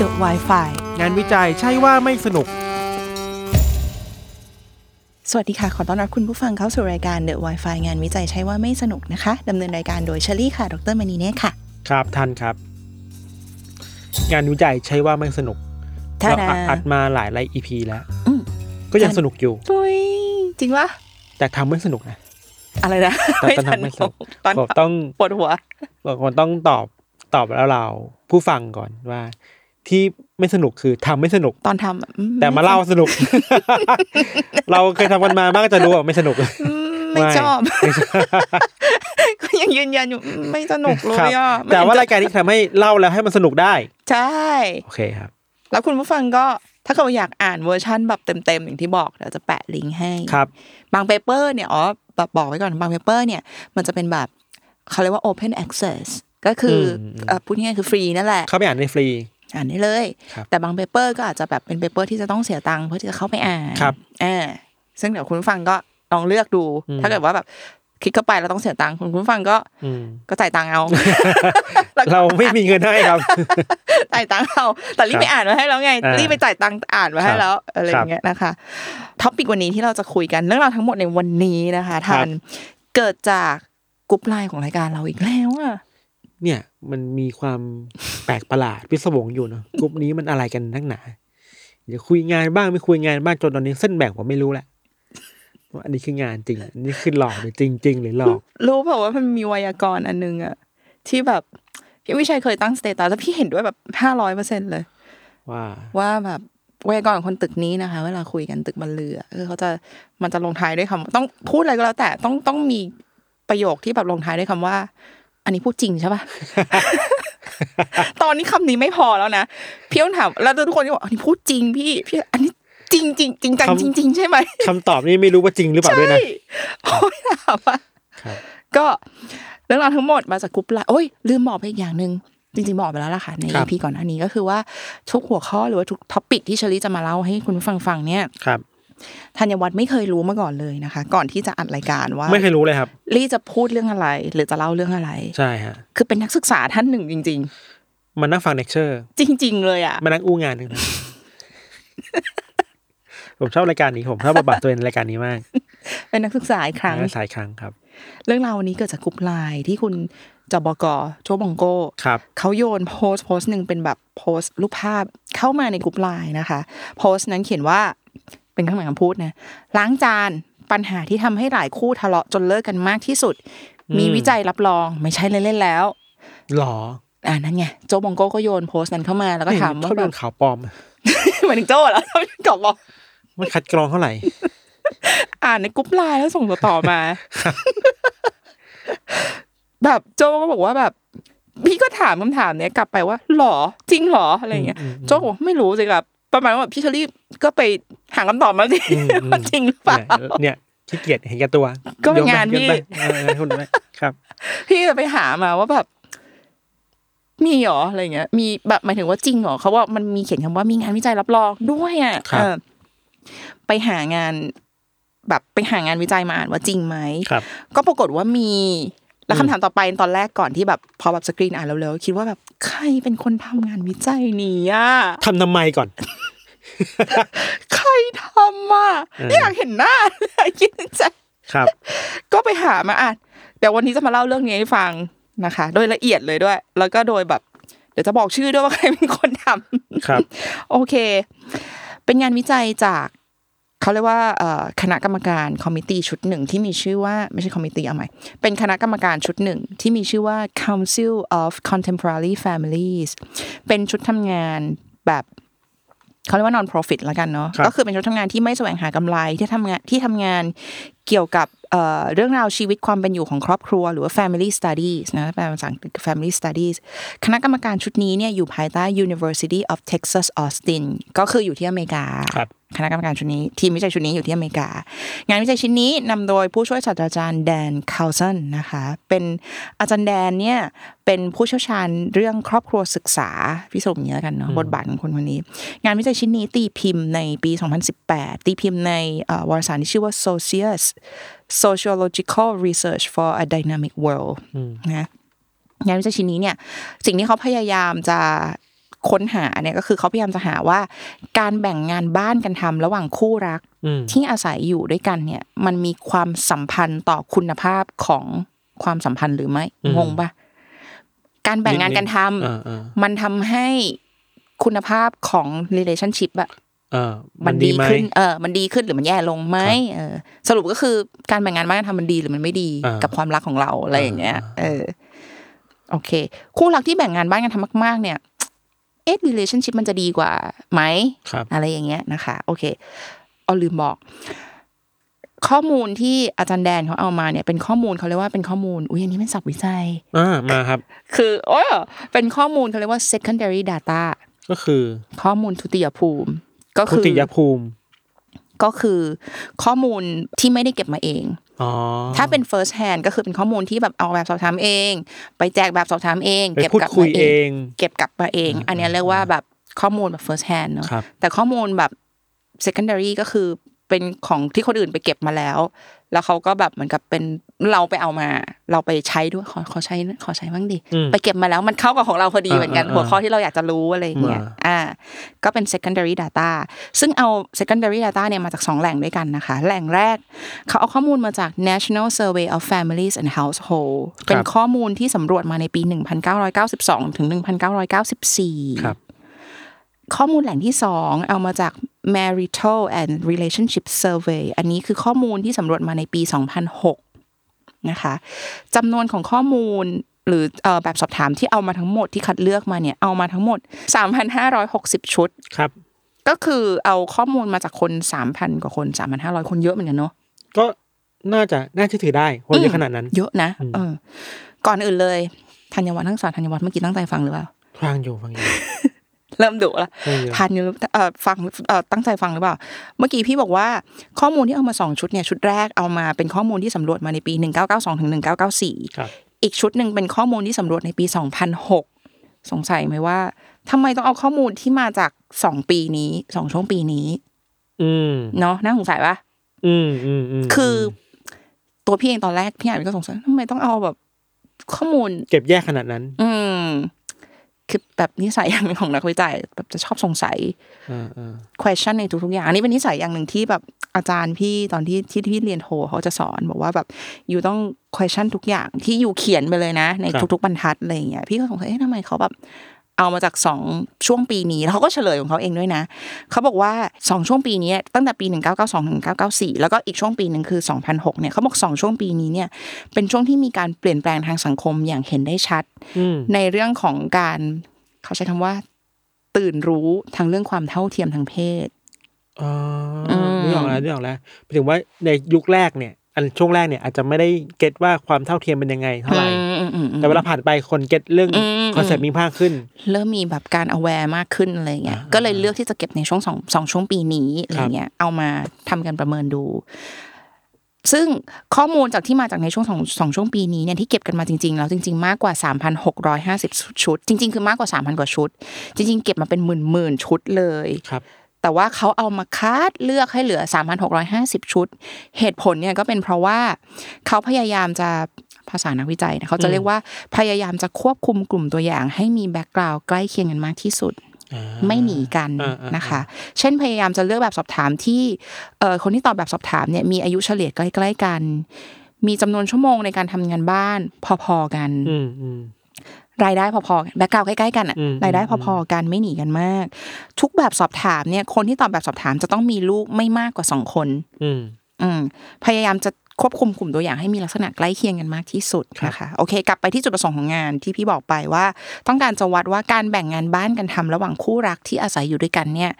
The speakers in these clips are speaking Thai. The Wi-Fi งานวิจัยใช่ว่าไม่สนุก สวัสดีค่ะ ขอต้อนรับคุณผู้ฟังเข้าสู่รายการ The Wi-Fi งานวิจัยใช้ว่าไม่สนุกนะคะ ดำเนินรายการโดยเชลี่ค่ะ ดรมณีเน่ค่ะ ครับท่านครับ งานวิจัยใช่ว่าไม่สนุก ท่า เรา ดา อัดอัดมาหลายหลายอีพีแล้ว อืม ก็ยังสนุกอยู่ ดุยจริงปะ แต่ทำไม่สนุกนะ อะไรนะ ตอนทำไม่สนุก ตอน บอกต้อง ปวดหัว บอกคนต้องตอบตอบแล้วเราผู้ฟังก่อนว่า ที่ไม่สนุกคือทำไม่สนุก ตอนทำอะอื แต่มาเล่าสนุ ก เราเคยทำกันมามากจะรู้ว่าไม่สนุก อืมไม่ ไม่ ชอบ ไม่ชอบ ก็ยังยืนยันอยู่อืมไม่สนุกเล ครับ ยอ่ะไม่ แต่ว่ารายการนี้ทำให้เล่าแล้วให้มันสนุกได้ ใช่ โอเคครับ แล้วคุณผู้ฟังก็ถ้าเขาอยากอ่านเวอร์ชั่นแบบเต็มๆอย่างที่บอกเดี๋ยวจะแปะลิงก์ให้ ครับ บางเปเปอร์เนี่ยอ๋อแบบบอกไว้ก่อนบางเปเปอร์เนี่ยมันจะเป็นแบบเขาเรียกว่า open access ก็คืออ ม เอ่อพูดง่ายๆคือฟรีนั่นแหละ เข้าไปอ่านในฟรี อ่านได้เลย ครับ แต่บางเปเปอร์ก็อาจจะแบบเป็นเปเปอร์ที่จะต้องเสียตังค์เพื่อที่จะเข้าไปอ่าน ครับ อ่าซึ่งเดี๋ยวคุณผู้ฟังก็ลองเลือกดู อืม ถ้าเกิดว่าแบบคลิกเข้าไปแล้วต้องเสียตังค์คุณผู้ฟังก็ อืม ก็จ่ายตังค์เอา เราไม่มีเงินให้ครับ จ่ายตังค์เอาแต่รีบไปอ่านมาให้แล้วไง อ่ารี รีบไปจ่ายตังค์อ่านมาให้แล้วอะไรอย่างเงี้ยนะคะท็อปิกวันนี้ที่เราจะคุยกันเรื่องราวทั้งหมดในวันนี้นะคะ ครัทาบนเกิดจากกรุ๊ปไลน์ของรายการเราอีกแล้วอ่ะ เนี่ยมันมีความ แปลกประหลาดพิศวงอยู่เนาะกลุ่มนี้มันอะไรกันนักหนาเดี๋ยวคุยงานบ้างไม่คุยงานบ้างจนตอนนี้เส้นแบ่งผมไม่รู้แหละว่าอันนี้คืองานจริง อันนี้คือหลอกหรือจริงจริง ๆ หรือหลอก รู้เปล่าว่ามันมีไวยากรณ์อันนึงอ่ะที่แบบพี่วิชัยเคยตั้งสเตตัสแล้วพี่เห็นด้วยแบบห้าร้อยเปอร์เซ็นเลย ว่า ว่าแบบไวยากรณ์ของคนตึกนี้นะคะ เวลาคุยกันตึกบันเรือคือเขาจะมันจะลงท้ายด้วยคำต้องพูดอะไรก็แล้ว แต่ต้องต้องมีประโยคที่แบบลงท้ายด้วยคำว่า อันนี้พูดจริงใช่ปะ ตอนนี้คำนี้ไม่พอแล้วนะพี่ต้องถามแล้วทุกคนก็บอกอันนี้พูดจริงพี่พี่ อันนี้จริงจริงจริงจัง คำ จริง ๆ ใช่ไหม คำตอบนี่ไม่รู้ว่าจริงหรือเปล่าด้วยนะ ใช่โอ้ยถามว่า ครับ ก็เรื่องราวทั้งหมดมาจากกรุ๊ปไลน์โอ้ยลืมบอกไปอีกอย่างหนึ่งจริงๆบอกไปแล้วล่ะค่ะใน ครับ EP ก่อนหน้านี้ก็คือว่าทุกหัวข้อหรือว่าทุกท็อปิกที่เชอรี่จะมาเล่าให้คุณผู้ฟังฟังเนี่ย ครับ ธัญวัฒน์ไม่เคยรู้มาก่อนเลยนะคะ ก่อนที่จะอัดรายการว่า ไม่เคยรู้เลยครับ ลี่จะพูดเรื่องอะไร หรือจะเล่าเรื่องอะไร ใช่ฮะ คือเป็นนักศึกษาท่านหนึ่งจริง มันนั่งฟังเลคเชอร์ ๆ จริง ๆ เลยอ่ะ มานั่งอู้งานหนึงนะ ผมชอบรายการนี้ผมชอบบทบาทตัวเองในรายการนี้มาก เป็นนักศึกษาอีกครั้ง สายครั้งครับ เรื่องราววันนี้เกิดจากกรุ๊ปไลน์ที่คุณจบกโจบองโก ครับ เขาโยนโพสต์โพสต์หนึ่งเป็นแบบโพสต์รูปภาพเข้ามาในกลุ่มไลน์นะคะ โพสต์นั้นเขียนว่าเป็นข้างหลังคำพูดนะล้างจานปัญหาที่ทำให้หลายคู่ทะเลาะจนเลิกกันมากที่สุด อืม มีวิจัยรับรองไม่ใช่เล่นๆแล้ว หรอ อ่านั่นไงโจบองโกก็โยนโพสต์นั้นเข้ามาแล้วก็ถาม ช ว่า อบ แบ โด บ นข่าวปลอม เหมือนโจเหรอเขาตอบบอก มันคัดกรองเท่าไหร่ อ่านในกลุ่มไลน์แล้วส่งต่อๆมา แบบโจก็บอกว่าแบบ พี่ก็ถามคำถามเนี้ยกลับไปว่าหรอจริงหรออะไรอย่างเงี้ย อืมอืม โจ้บอกไม่รู้สิครับประมาณว่าแบบพี่เชอรี่ก็ไปหาคำตอบมาสิ อืมอืม ว่าจริงหรือเปล่า เนี่ยเนี่ยขี้เกียจเห็นแก่ตัว ก็เป็นงานพี่ โยไปโยนไปเอองานคุณไปครับ พี่ไปหามาว่าแบบ มีเหรออะไรเงี้ย มีแบบหมายถึงว่าจริงเหรอเขาว่ามันมีเขียนคำว่ามีงานวิจัยรับรองด้วยอ่ะ ครับ เออไปหางาน แบบไปหางานวิจัยมาอ่านว่าจริงไหม ครับ ก็ปรากฏว่ามีแล้ว อืม คำถามต่อไปตอนแรกก่อนที่แบบพอแบบสกรีนอ่านแล้วๆคิดว่าแบบใครเป็นคนทำงานวิจัยนี้อ่ะ ทำทำไมก่อน ใครทำอ่ะ เออ ไม่ อ อยากเห็นหน้าเลย คิดในใจ ครับ ก็ไปหามาอ่ะเดี๋ยววันนี้จะมาเล่าเรื่องนี้ให้ฟังนะคะ โดยละเอียดเลยด้วย แล้วก็โดยแบบ เดี๋ยวจะบอกชื่อด้วยว่าใครเป็นคนทำ ครับ โอเค เป็นงานวิจัยจาก เขาเรียกว่าเอ่อคณะกรรมการคอมมิตี้ชุดหนึ่งที่มีชื่อว่าไม่ใช่คอมมิตี้เอาใหม่ เป็นคณะกรรมการชุดหนึ่งที่มีชื่อว่า Council of Contemporary Families เป็นชุดทำงานแบบ เขาเรียกว่า non profit แล้วกันเนาะ ครับ ก็คือเป็นชุดทำงานที่ไม่แสวงหากำไรที่ทำงานที่ทำงานเกี่ยวกับเอ่อเรื่องราวชีวิตความเป็นอยู่ของครอบครัว หรือว่า family studies นะแปลเป็นภาษาอังกฤษคือ family studies คณะกรรมการชุดนี้เนี่ยอยู่ภายใต้ University of Texas Austin ก็คืออยู่ที่อเมริกา ครับ คณะกรรมการชุดนี้ ทีมวิจัยชุดนี้อยู่ที่อเมริกา งานวิจัยชิ้นนี้นำโดยผู้ช่วยศาสตราจารย์แดนคาวซันนะคะ เป็นอาจารย์แดนเนี่ยเป็นผู้เชี่ยวชาญเรื่องครอบครัวศึกษาพิสมอย่างนี้แล้วกันเนาะบทบาทของคนคนนี้ งานวิจัยชิ้นนี้ตีพิมพ์ในปี 2018 ตีพิมพ์ในเอ่อวารสารที่ชื่อว่า Socius Sociological Research for a Dynamic World นะงานวิจัยชิ้นนี้เนี่ยสิ่งที่เขาพยายามจะค้นหาเนี่ยก็คือเขาพยายามจะหาว่าการแบ่งงานบ้านกันทำระหว่างคู่รัก อืม ที่อาศัยอยู่ด้วยกันเนี่ยมันมีความสัมพันธ์ต่อคุณภาพของความสัมพันธ์หรือไม่ อืม งงปะการแบ่งงานกันทำ อ่าอ่า มันทำให้คุณภาพของ relationship อะ อ่า มั มัน น ดี ดีไหม ขึ้น เออ มันดีขึ้นหรือมันแย่ลงไหม ครับ เออ สรุปก็คือการแบ่งงานบ้านทำมันดีหรือมันไม่ดี อ่ากั กับความรักของเราอะไรอย่างเงี้ย อ่า เออ โอเค คู่รักที่แบ่งงานบ้านกันทำมากๆ เนี่ย เอ๊ะ relationship มันจะดีกว่าไหม ครับ อะไรอย่างเงี้ยนะคะ โอเค เอาลืมบอก ข้อมูลที่อาจารย์แดนเขาเอามาเนี่ย เป็นข้อมูลเขาเรียกว่าเป็นข้อมูล อุ้ยอันนี้เป็นศัพท์วิจัย อ่ามาครับ คือโอ้ยเป็นข้อมูลเขาเรียกว่า secondary data ก็คือ ข้อมูลทุติยภูมิ ก็ พุ คือ ติยภูมิ ก็คือข้อมูลที่ไม่ได้เก็บมาเอง อ๋อ ถ้าเป็น first hand ก็คือเป็นข้อมูลที่แบบเอาแบบสอบถามเอง ไปแจกแบบสอบถามเอง ไป เก็บ พูด กลับ คุ มาย เอ เอง ง เก็บกลับมาเอง อันเนี้ยเรียกว่าแบบข้อมูลแบบ first hand เนอะ ครับ แต่ข้อมูลแบบ secondary ก็คือเป็นของที่คนอื่นไปเก็บมาแล้ว แล้วเขาก็แบบเหมือนกับเป็นเราไปเอามา เราไปใช้ด้วยขอขอใช้ขอใช้บ้างดิ อืม ไปเก็บมาแล้วมันเข้ากับของเราพอดี อ่า เหมือนกัน อ่า หัวข้อที่เราอยากจะรู้อะไรอย่างเงี้ย อ่า อ่า ก็เป็น secondary data ซึ่งเอา secondary data เนี่ยมาจากสองแหล่งด้วยกันนะคะ แหล่งแรก เขาเอาข้อมูลมาจาก National Survey of Families and Household เป็นข้อมูลที่สำรวจมาในปี 1992 ถึง 1994 ครับ ข้อมูลแหล่งที่ 2 เอามาจาก Marital and Relationship Survey อันนี้คือข้อมูลที่สำรวจมาในปี 2006 นะคะจำนวนของข้อมูลหรือเอ่อแบบสอบถามที่เอามาทั้งหมดที่คัดเลือกมาเนี่ย เอามาทั้งหมด 3,560 ชุด ครับ ก็คือเอาข้อมูลมาจากคน 3,000 กว่าคน 3,500 คนเยอะเหมือนกันเนาะ ก็น่าจะน่าเชื่อถือได้คนเย อื อะ ม ขนาดนั้น เยอะนะ อืม เออก่อนอื่นเลยธัญวัฒน์ทั้งสองธัญวัฒน์เมื่อกี้ตั้งใจฟังหรือเปล่า ฟังอยู่ฟังอยู่ เริ่มดุละ ฟังอยู่ ทานอยู่เอ่อฟังเอ่อตั้งใจฟังหรือเปล่า เมื่อกี้พี่บอกว่าข้อมูลที่เอามาสองชุดเนี่ยชุดแรกเอามาเป็นข้อมูลที่สำรวจมาในปี 1992ถึง1994 ครับ อีกชุดหนึ่งเป็นข้อมูลที่สำรวจในปี 2006 สงสัยไหมว่าทำไมต้องเอาข้อมูลที่มาจากสองปีนี้สองช่วงปีนี้ อืม เนาะน่าสงสัยปะ อืมอืมอืม คือตัวพี่เองตอนแรกพี่อ่านก็สงสัยทำไมต้องเอาแบบ ข้อมูล เก็บแยกขนาดนั้น อืม คือแบบนิสัยอย่างหนึ่งของนักวิจัยแบบจะชอบสงสัย อ่าอ่า question ในทุกๆอย่าง อันนี้เป็นนิสัยอย่างหนึ่งที่แบบอาจารย์พี่ตอนที่ที่ที่เรียนโทเขาจะสอน บอกว่าแบบอยู่ต้อง question ทุกอย่างที่อยู่เขียนไปเลยนะ ใน ครับ ทุกๆบรรทัดอะไรอย่างเงี้ยพี่ก็สงสัยเอ๊ะทำไมเขาแบบ เอามาจากสองช่วงปีนี้แล้วเขาก็เฉลยของเขาเองด้วยนะเขาบอกว่าสองช่วงปีนี้ตั้งแต่ปี 1992ถึง1994 แล้วก็อีกช่วงปีหนึ่งคือ 2006เนี่ยเขาบอกสองช่วงปีนี้เนี่ยเป็นช่วงที่มีการเปลี่ยนแปลงทางสังคมอย่างเห็นได้ชัด อืม ในเรื่องของการเขาใช้คำว่า ตื่นรู้ทางเรื่องความเท่าเทียมทางเพศ อ๋ออ ม นึกออกแล้วนึกออกแล้วหมายถึงว่าในยุคแรกเนี่ย อันช่วงแรกเนี่ยอาจจะไม่ได้เก็ตว่าความเท่าเทียมเป็นยังไงเท่าไหร่ อืมอืมอืม แต่เวลาผ่านไปคนเก็ตเรื่อง อืม คอนเซ็ปต์มีภาคขึ้น เริ่มมีแบบการ aware มากขึ้นอะไรเงี้ย ก็เลยเลือกที่จะเก็บในช่วงสองสองช่วงปีนี้อะไรเงี้ย เอามาทำกันประเมินดู ซึ่งข้อมูลจากที่มาจากในช่วงสองสองช่วงปีนี้เนี่ยที่เก็บกันมาจริง ๆ แล้วจริง ๆ มากกว่า 3,650 ชุด จริง ๆ คือมากกว่า 3,000 กว่าชุด จริง ๆ เก็บมาเป็นหมื่นๆชุดเลย ครับ แต่ว่าเขาเอามาคัดเลือกให้เหลือ 3,650 ชุด เหตุผลเนี่ยก็เป็นเพราะว่าเขาพยายามจะภาษานักวิจัยนะเขาจะเรียกว่าพยายามจะควบคุมกลุ่มตัวอย่าง ให้มีแบ็กกราวด์ใกล้เคียงกันมากที่สุด อ่า ไม่หนีกัน อ่าอ่าน นะคะ เช่นพยายามจะเลือกแบบสอบถามที่เอ่อคนที่ตอบแบบสอบถามเนี่ยมีอายุเฉลี่ยใกล้ๆกัน มีจำนวนชั่วโมงในการทำงานบ้านพอๆกัน อืมอืม รายได้พอๆกันแบ็กกราวใกล้ๆกันอะ อืม รายได้พอๆกันไม่หนีกันมาก ทุกแบบสอบถามเนี่ยคนที่ตอบแบบสอบถามจะต้องมีลูกไม่มากกว่าสองคน อืม อืมพยายามจะควบคุมกลุ่มตัวอย่างให้มีลักษณะใกล้เคียงกันมากที่สุด ครับ นะคะโอเค กลับไปที่จุดประสงค์ของงานที่พี่บอกไปว่า ต้องการจะวัดว่าการแบ่งงานบ้านกันทำระหว่างคู่รักที่อาศัยอยู่ด้วยกันเนี่ย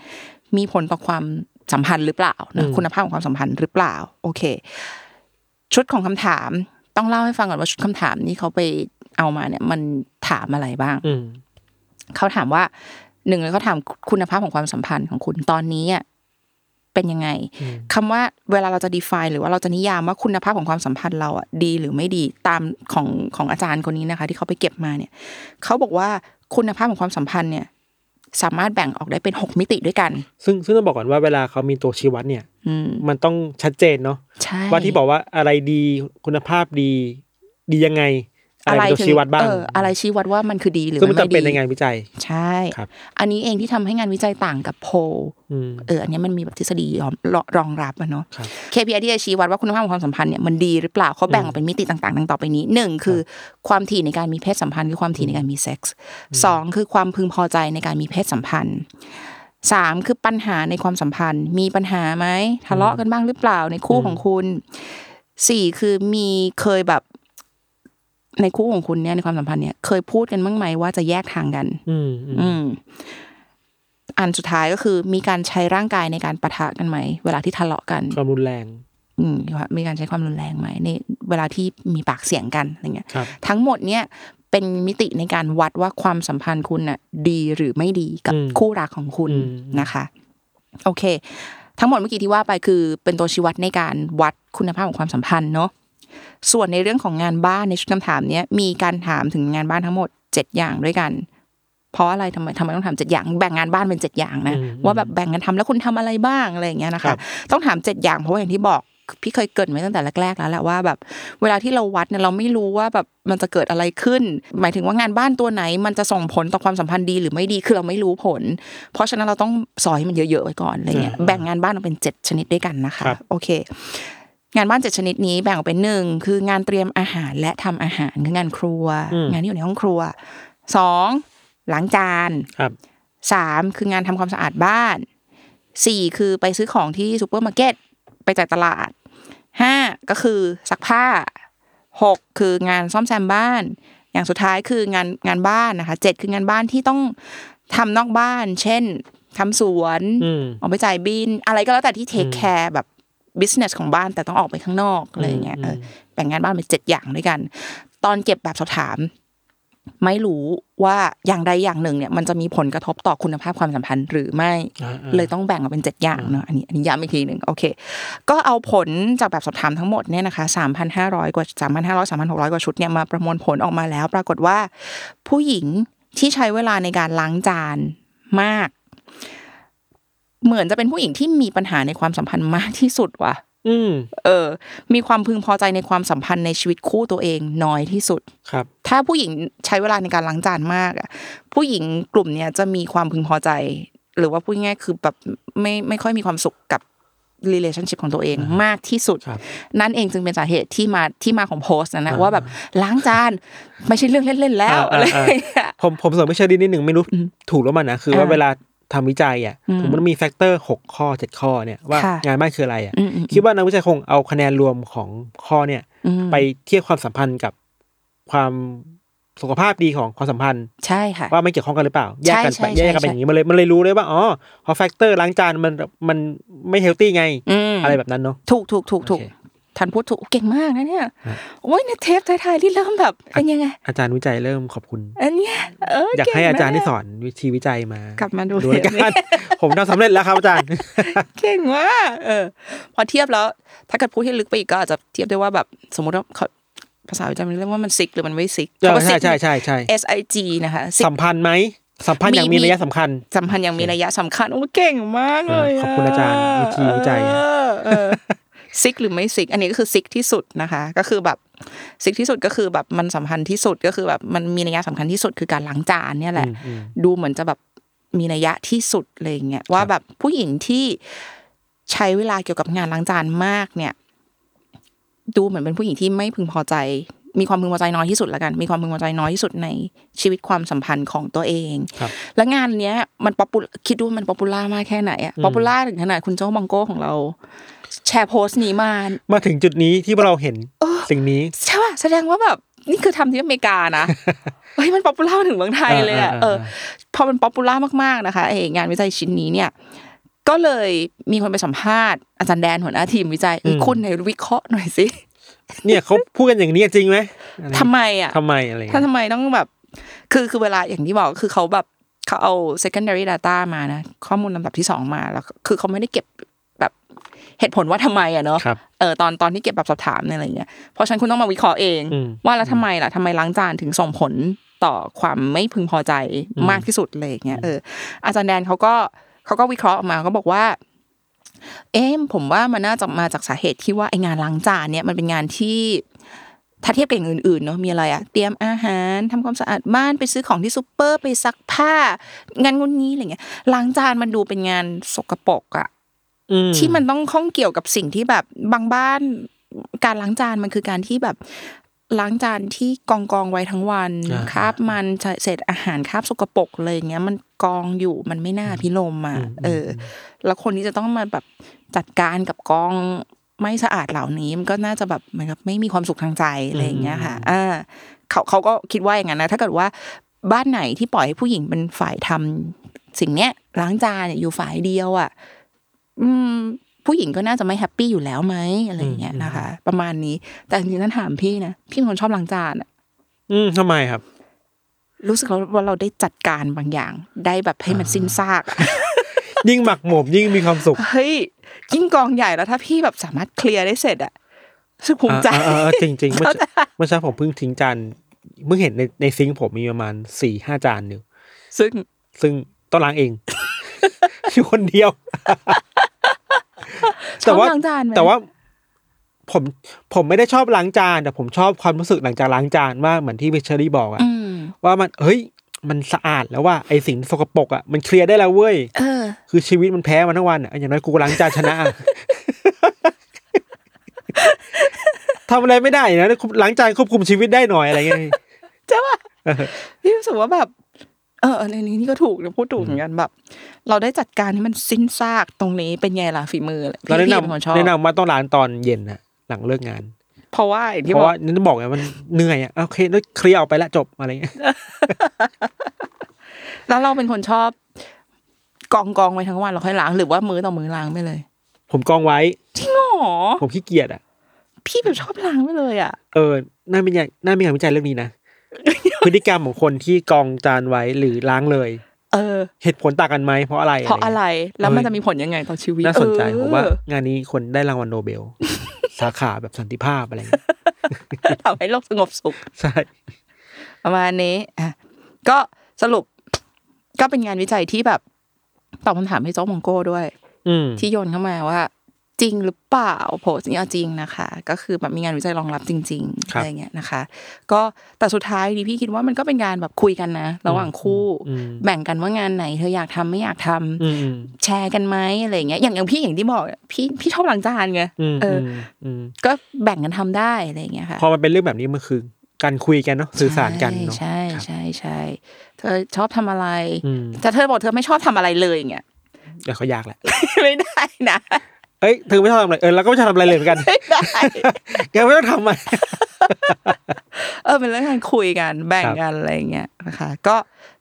มีผลต่อความสัมพันธ์หรือเปล่านะคุณภาพของความสัมพันธ์หรือเปล่า โอเค ชุดของคำถามต้องเล่าให้ฟังก่อนว่าชุดคำถามนี้เขาไปเอามาเนี่ยมันถามอะไรบ้าง อืม เขาถามว่าหนึ่งเลยเขาถามคุณภาพของความสัมพันธ์ของคุณตอนนี้อ่ะเป็นยังไง อืม คำว่าเวลาเราจะ define หรือว่าเราจะนิยามว่าคุณภาพของความสัมพันธ์เราอ่ะดีหรือไม่ดีตามของของอาจารย์คนนี้นะคะ ที่เขาไปเก็บมาเนี่ยเขาบอกว่าคุณภาพของความสัมพันธ์เนี่ย สามารถแบ่งออกได้เป็นหกมิติด้วยกัน ซึ่งซึ่งต้องบอกก่อนว่าเวลาเขามีตัวชี้วัดเนี่ย อืม มันต้องชัดเจนเนาะ ใช่ ว่าที่บอกว่าอะไรดีคุณภาพดีดียังไง อะ อะไรไร เป็นตัว ถึ ชี้วัดบ้าง เอออะไรชี้วัดว่ามันคือดีหรือ ซึ่งมัน ไม่ จำเป็นใน ดี งานวิจัย ใช่ ครับ อันนี้เองที่ทำให้งานวิจัยต่างกับโพล อืม เอออันเนี้ยมันมีแบบทฤษฎียอมรอรองรับอะเนาะ ครับ KPI ที่จะชี้วัดว่าคุณภาพของความสัมพันธ์เนี่ยมันดีหรือเปล่าเขาแบ่งออกเป็นมิติต่างๆดังต่อไปนี้หนึ่งคือความถี่ในการมีเพศสัมพันธ์คือความถี่ในการมีเซ็กส์สองคือความพึงพอใจในการมีเพศสัมพันธ์สามคือปัญหาในความสัมพันธ์ มีปัญหาไหมทะเลาะกันบ้างหรือเปล่าในคู่ของคุณสี่คือมีเคยแบบในคู่ของคุณเนี่ยในความสัมพันธ์เนี่ยเคยพูดกันบ้างไหมว่าจะแยกทางกัน อืมอืม อืมอันสุดท้ายก็คือมีการใช้ร่างกายในการปะทะกันไหม เวลาที่ทะเลาะกัน ความรุนแรง อืมว่ามีการใช้ความรุนแรงไหมในเวลาที่มีปากเสียงกันอะไรเงี้ย ครับ ทั้งหมดเนี่ยเป็นมิติในการวัดว่าความสัมพันธ์คุณน่ะดีหรือไม่ดีกับ อืม คู่รักของคุณ อืม นะคะ โอเค ทั้งหมดเมื่อกี้ที่ว่าไปคือเป็นตัวชี้วัดในการวัดคุณภาพของความสัมพันธ์เนาะส่วนในเรื่องของงานบ้านในชุดคำถามเนี้ยมีการถามถึงงานบ้านทั้งหมดเจ็ดอย่างด้วยกัน เพราะอะไรทำไมทำไมต้องถามเจ็ดอย่างแบ่งงานบ้านเป็นเจ็ดอย่างนะ อืม ว่าแบบแบ่งกันทำแล้วคุณทำอะไรบ้างอะไรอย่างเงี้ยนะ ครั คะ บ ต้องถามเจ็ดอย่างเพราะว่าอย่างที่บอกพี่เคยเกริดไว้ตั้งแต่แรกๆแล้วแหละว่าแบบ เวลาที่เราวัดเนี่ยเราไม่รู้ว่าแบบมันจะเกิดอะไรขึ้น หมายถึงว่างานบ้านตัวไหน มันจะส่งผลต่อความสัมพันธ์ดีหรือไม่ดีคือเราไม่รู้ผล เพราะฉะนั้นเราต้องสอยให้มันเยอะๆไว้ก่อนอะไรเงี้ย อืม แบ่งงานบ้านออกเป็น 7 ชนิดด้วยกันนะคะ ครับ โอเค งานบ้านเจ็ดชนิดนี้แบ่งออกเป็นหนึ่งคืองานเตรียมอาหารและทำอาหารคืองานครัว งานที่อยู่ในห้องครัวสองล้างจาน ครับ สามคืองานทำความสะอาดบ้านสี่คือไปซื้อของที่ซูเปอร์มาร์เก็ตไปจ่ายตลาดห้าก็คือซักผ้าหกคืองานซ่อมแซมบ้าน อย่างสุดท้ายคืองานงานบ้านนะคะเจ็ดคืองานบ้านที่ต้องทำนอกบ้าน เช่นทำสวน อืม ออกไปจ่ายบิน อะไรก็แล้วแต่ที่เทคแคร์แบบบิสเนสของบ้านแต่ต้องออกไปข้างนอกอะไรอย่างเงี้ย อืม เออแบ่งงานบ้านเป็นเจ็ดอย่างด้วยกัน ตอนเก็บแบบสอบถาม ไม่รู้ว่าอย่างใดอย่างหนึ่งเนี่ยมันจะมีผลกระทบต่อคุณภาพความสัมพันธ์หรือไม่ อ่าอ่า เลยต้องแบ่งออกเป็น 7 อย่างเนาะอันนี้อันนี้ย้ำอีกทีหนึ่งโอเค ก็เอาผลจากแบบสอบถามทั้งหมดเนี่ยนะคะ3,500 กว่า 3,500 3,600 กว่าชุดเนี่ยมาประมวลผลออกมาแล้ว ปรากฏว่า ผู้หญิงที่ใช้เวลาในการล้างจานมาก เหมือนจะเป็นผู้หญิงที่มีปัญหาในความสัมพันธ์มากที่สุดว่ะ อืม เออ มีความพึงพอใจในความสัมพันธ์ในชีวิตคู่ตัวเองน้อยที่สุด ครับ ถ้าผู้หญิงใช้เวลาในการล้างจานมากอ่ะผู้หญิงกลุ่มเนี้ยจะมีความพึงพอใจ หรือว่าพูดง่ายๆคือแบบไม่ไม่ค่อยมีความสุขกับ relationship ของตัวเองมากที่สุด ครับ นั่นเองจึงเป็นสาเหตุที่มาที่มาของโพสต์นะนะ อ่า ว่าแบบล้างจานไม่ใช่เรื่องเล่นๆแล้ว อ่า อะไร อ่า อย่างเงี้ย ผมผมเสริมไม่เชอรี่นิดหนึ่งไม่รู้ อืม ถูกหรือมันนะคือว่า อ่า เวลาทำวิจัยอ่ะ อืม ถึงมันมีแฟกเตอร์หกข้อเจ็ดข้อเนี่ยว่า ค่ะ งานบ้านคืออะไรอ่ะ อืมอืม คิดว่านักวิจัยคงเอาคะแนนรวมของข้อเนี่ย อืม ไปเทียบความสัมพันธ์กับความสุขภาพดีของความสัมพันธ์ ใช่ ค่ะ ว่าไม่เกี่ยวข้องกันหรือเปล่า แยกกันไป ใช่ใช่ แยกกันไป ใช่ อย่างนี้มันเลยมันเลยรู้เลยว่าอ๋อพอแฟกเตอร์ล้างจานมันมันไม่เฮลตี้ไง อืม อะไรแบบนั้นเนาะ ถูกถูกถูกถูก โอเค ทันพูดถูกเก่งมากนะเนี่ย ฮะ โอ้ยในเทปท้ายๆที่เริ่มแบบเป็นยังไง อาจารย์วิจัยเริ่มขอบคุณ อันเนี้ยเอออยอากให้อาจารย์ที่ ส ส อน อนวิธีวิจัยมาก ก ลับมาดู ดูรายกา เทป ร นี้ ผมทำสำเร็จแล้วครับอาจารย์ เก่งมากเออ พอเทียบแล้ว ถ้าเกิดพูดให้ลึกไปอีกก็อาจจะเทียบได้ว่าแบบสมมติว่าเขาภาษาวิจารณ์มันเรียกว่ามันซิกหรือมันไม่ซิก เออ คำว่า ใช่ sick ใช่ใช่ใช่ S I G นะคะซิก สัมพันธ์ไหมสัมพันธ์อย่าง มี มี มี นัยสำคัญ สัมพันธ์อย่างมีนัยสำคัญโอ้เก่งมากเลยะ ขอบคุณอาจารย์วิธีวิจัย เออเออซิกหรือไม่ซิก อันนี้ก็คือซิกที่สุดนะคะ ก็คือแบบซิกที่สุดก็คือแบบมันสำคัญที่สุดก็คือแบบมันมีนัยสำคัญที่สุดคือการล้างจานเนี่ยแหละ อืมอืม ดูเหมือนจะแบบมีนัยยะที่สุดเลยอย่างเงี้ยว่าแบบผู้หญิงที่ใช้เวลาเกี่ยวกับงานล้างจานมากเนี่ย ดูเหมือนเป็นผู้หญิงที่ไม่พึงพอใจ มีความพึงพอใจน้อยที่สุดละกัน มีความพึงพอใจน้อยที่สุดในชีวิตความสัมพันธ์ของตัวเอง ครับ และงานเนี้ยมันป๊อปปูคิดดูว่ามันป๊อปปูล่ามากแค่ไหนอะป๊อปปูล่าถึงขนาดคุณโจ้บังโก้ของเรา แชร์โพสต์นี้มา มาถึงจุดนี้ที่เราเห็น เออ สิ่งนี้ ใช่ป่ะแสดงว่าแบบนี่คือทำที่อเมริกา นะ เฮ้ยมันป๊อปปูล่าถึงเมืองไทยเลยอะ อ่าอ่าอ่า เออพอมันป๊อปปูล่ามากๆนะคะไองานวิจัยชิ้นนี้เนี่ย ก็เลยมีคนไปสัมภาษณ์อาจารย์แดนหัวหน้าทีมวิจัยเอ้ยคุณไหนวิเคราะห์หน่อยสิ เนี่ยเขาพูดกันอย่างนี้จริงไหมอะไร ทำไมอ่ะ ทำไมอะไร ถ้าทำไมต้องแบบ คือคือเวลาอย่างที่บอกคือเขาแบบเขาเอา secondary data มานะ ข้อมูลลำดับที่สองมาแล้ว คือเขาไม่ได้เก็บแบบเหตุผลว่าทำไมอ่ะเนาะ ครับ เออตอนตอนที่เก็บแบบสอบถามเนี่ยอะไรเงี้ยเพราะฉะนันคุณต้องมาวิเคราะห์เอง อืม ว่าแล้วทำไมล่ะทำไมล้างจานถึงส่งผลต่อความไม่พึงพอใจมากที่สุดเลยอย่างเงี้ยเอออาจารย์แดนเขาก็เขาก็วิเคราะห์ออกมาเขาบอกว่า เอ๊ะผมว่ามันน่าจะมาจากสาเหตุที่ว่าไองานล้างจานเนี่ยมันเป็นงานที่ถ้าเทียบกับอย่างอื่นๆเนาะมีอะไรอะเตรียมอาหารทำความสะอาดบ้านไปซื้อของที่ซูเปอร์ไปซักผ้างานงุนนี้อะไรเงี้ยล้างจานมันดูเป็นงานสกปรกอะ อื ที่มันต้องข้องเกี่ยวกับสิ่งที่แบบบางบ้านการล้างจานมันคือการที่แบบล้างจานที่กองกองๆไว้ทั้งวัน า คราบมันเศษอาหารคราบสกปรกเลยอย่างเงี้ย มันกองอยู่มันไม่น่าพิโลมมาเอออ แล้วคนที่จะต้องมาแบบจัดการกับกองไม่สะอาดเหล่านี้ มันก็น่าจะแบบเหมือนกับไม่มีความสุขทางใจอะไรอย่างเงี้ยค่ะอ่าเขาเขาก็คิดว่าอย่างนั้นนะถ้าเกิดว่าบ้านไหนที่ปล่อยให้ผู้หญิงเป็นฝ่ายทำสิ่งเนี้ยล้างจานเนี่ยอยู่ฝ่ายเดียวอ่ะ อืม ผู้หญิงก็น่าจะไม่แฮปปี้อยู่แล้วไหมอะไรอย่างเงี้ยนะคะ ประมาณนี้ แต่จริงๆนั้นถามพี่นะพี่เป็นคนชอบล้างจานอะ อืมทำไมครับ รู้สึกแล้วว่าเราได้จัดการบางอย่าง ได้แบบให้มันสิ้นซากอะ ยิ่งหมักหมมยิ่งมีความสุข เฮ้ยยิ่งกองใหญ่แล้วถ้าพี่แบบสามารถเคลียร์ได้เสร็จอะรู้สึกภูมิใจ อ่าอ่าอ่าจริงจริงๆเมื่อเช้าเมื่อเช้าผมเพิ่งทิ้งจานเมื่อเห็นในในซิงค์ผมมีประมาณสี่ห้าจานอยู่ ซึ่ง ซึ่งต้องล้างเอง อยู่คนเดียว แต่ว่า ชอบล้างจานไหม แต่ว่าผมผมไม่ได้ชอบล้างจาน แต่ผมชอบความรู้สึกหลังจากล้างจานว่าเหมือนที่วิชเชอรี่บอกอะ อืม ว่ามันเฮ้ย มันสะอาดแล้วว่าไอสิ่งสกปรกอะมันเคลียร์ได้แล้วเว้ย เออ คือชีวิตมันแพ้มาทั้งวันอะอย่างน้อยกูก็ล้างจานชนะอะ ทำอะไรไม่ได้นะล้างจานควบคุมชีวิตได้หน่อยอะไรเงี้ย พี่รู้สึกว่าแบบ เออในนี้นี่ก็ถูกนะพูดถูกเหมือนกันแบบ เราได้จัดการให้มันสิ้นซากตรงนี้เป็นไงล่ะฝีมืออะไร เราแนะ พี่ น เป็นคนชอ ำ บ แนะนำว่าต้องล้างตอนเย็นนะหลังเลิกงาน เพราะว่าอย่างที่ เพ บอ ราะ ก ว่านั่นบอกไงมันเหนื่อยอ่ะโอเคแล้วเคลียร์ออกไปละจบอะไรเงี้ย แล้วเราเป็นคนชอบ กองกองๆไว้ทั้งวันเราค่อยล้างหรือว่ามื้อต่อมื้อล้างไปเลย ผมกองไว้ จริงเหรอ ผมขี้เกียจอ่ะ พี่แบบชอบล้างไปเลยอ่ะ เออน่ามีงานน่ามีงานวิจัยเรื่องนี้ นะ พฤติกรรมของคนที่กองจานไว้หรือล้างเลย เออ เหตุผลต่างกันไหมเพราะอะไร เพราะอะไรแล้วมันจะมีผลยังไงต่อชีวิต น่าสนใจ เออ ผมว่างานนี้คนได้รางวัลโน เบล สาขาแบบสันติภาพอะไรเงี้ย ท ำให้โลกสงบสุข ใช่ ประมาณนี้อ่ะก็สรุปก็เป็นงานวิจัยที่แบบตอบคำถามให้โจ๊กมองโก้ด้วย อืม ที่โยนเข้ามาว่า จริงหรือเปล่าโพสต์นี้เอาจริงนะคะ ก็คือแบบมีงานวิจัยรองรับจริงๆ ครั อะ บ ไรเงี้ยนะคะ ก็แต่สุดท้ายดีพี่คิดว่ามันก็เป็นการแบบคุยกันนะ ระหว่างคู่ อืม แบ่งกันว่างานไหนเธออยากทำไม่อยากทำ อืม แชร์กันไหมอะไรเงี้ยอย่างอย่างพี่อย่างที่บอกอะพี่พี่ชอบหลังจานไง อืม เออ มอืม ก็แบ่งกันทำได้อะไรเงี้ยค่ะ พอมันเป็นเรื่องแบบนี้มันคือการคุยกันเนาะสื่อสารกันเนาะ ใช่ ครับ ใช่ใช่เธอชอบทำอะไร อืม แต่เธอบอกเธอไม่ชอบทำอะไรเลยอย่างเงี้ย แต่เขายากแหละ ไม่ได้นะ เอ้ยเธอไม่ชอบทำอะไร เออเราก็ไม่ชอบทำอะไรเลยเหมือนกัน ไม่ได้ แกไม่ต้อง ทำมัน เออเป็นเรื่องการคุยกันแบ่ง ครับ กันอะไรอย่างเงี้ยนะคะ ก็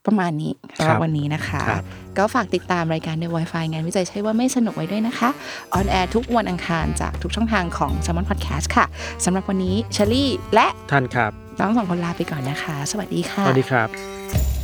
ประมาณนี้สำห ครั รับบ วันนี้นะคะ ครับ ก็ฝากติดตามรายการ The Wi-Fi งานวิจัยใช่ว่าไม่สนุกไว้ด้วยนะคะออนแอร์ทุกวันอังคารจากทุกช่องทางของ s ซ m m o n Podcast ค่ะสำหรับวันนี้เชอรี่และ ท่านครับ น้องสองคนลาไปก่อนนะคะ สวัสดีค่ะ สวัสดีครับ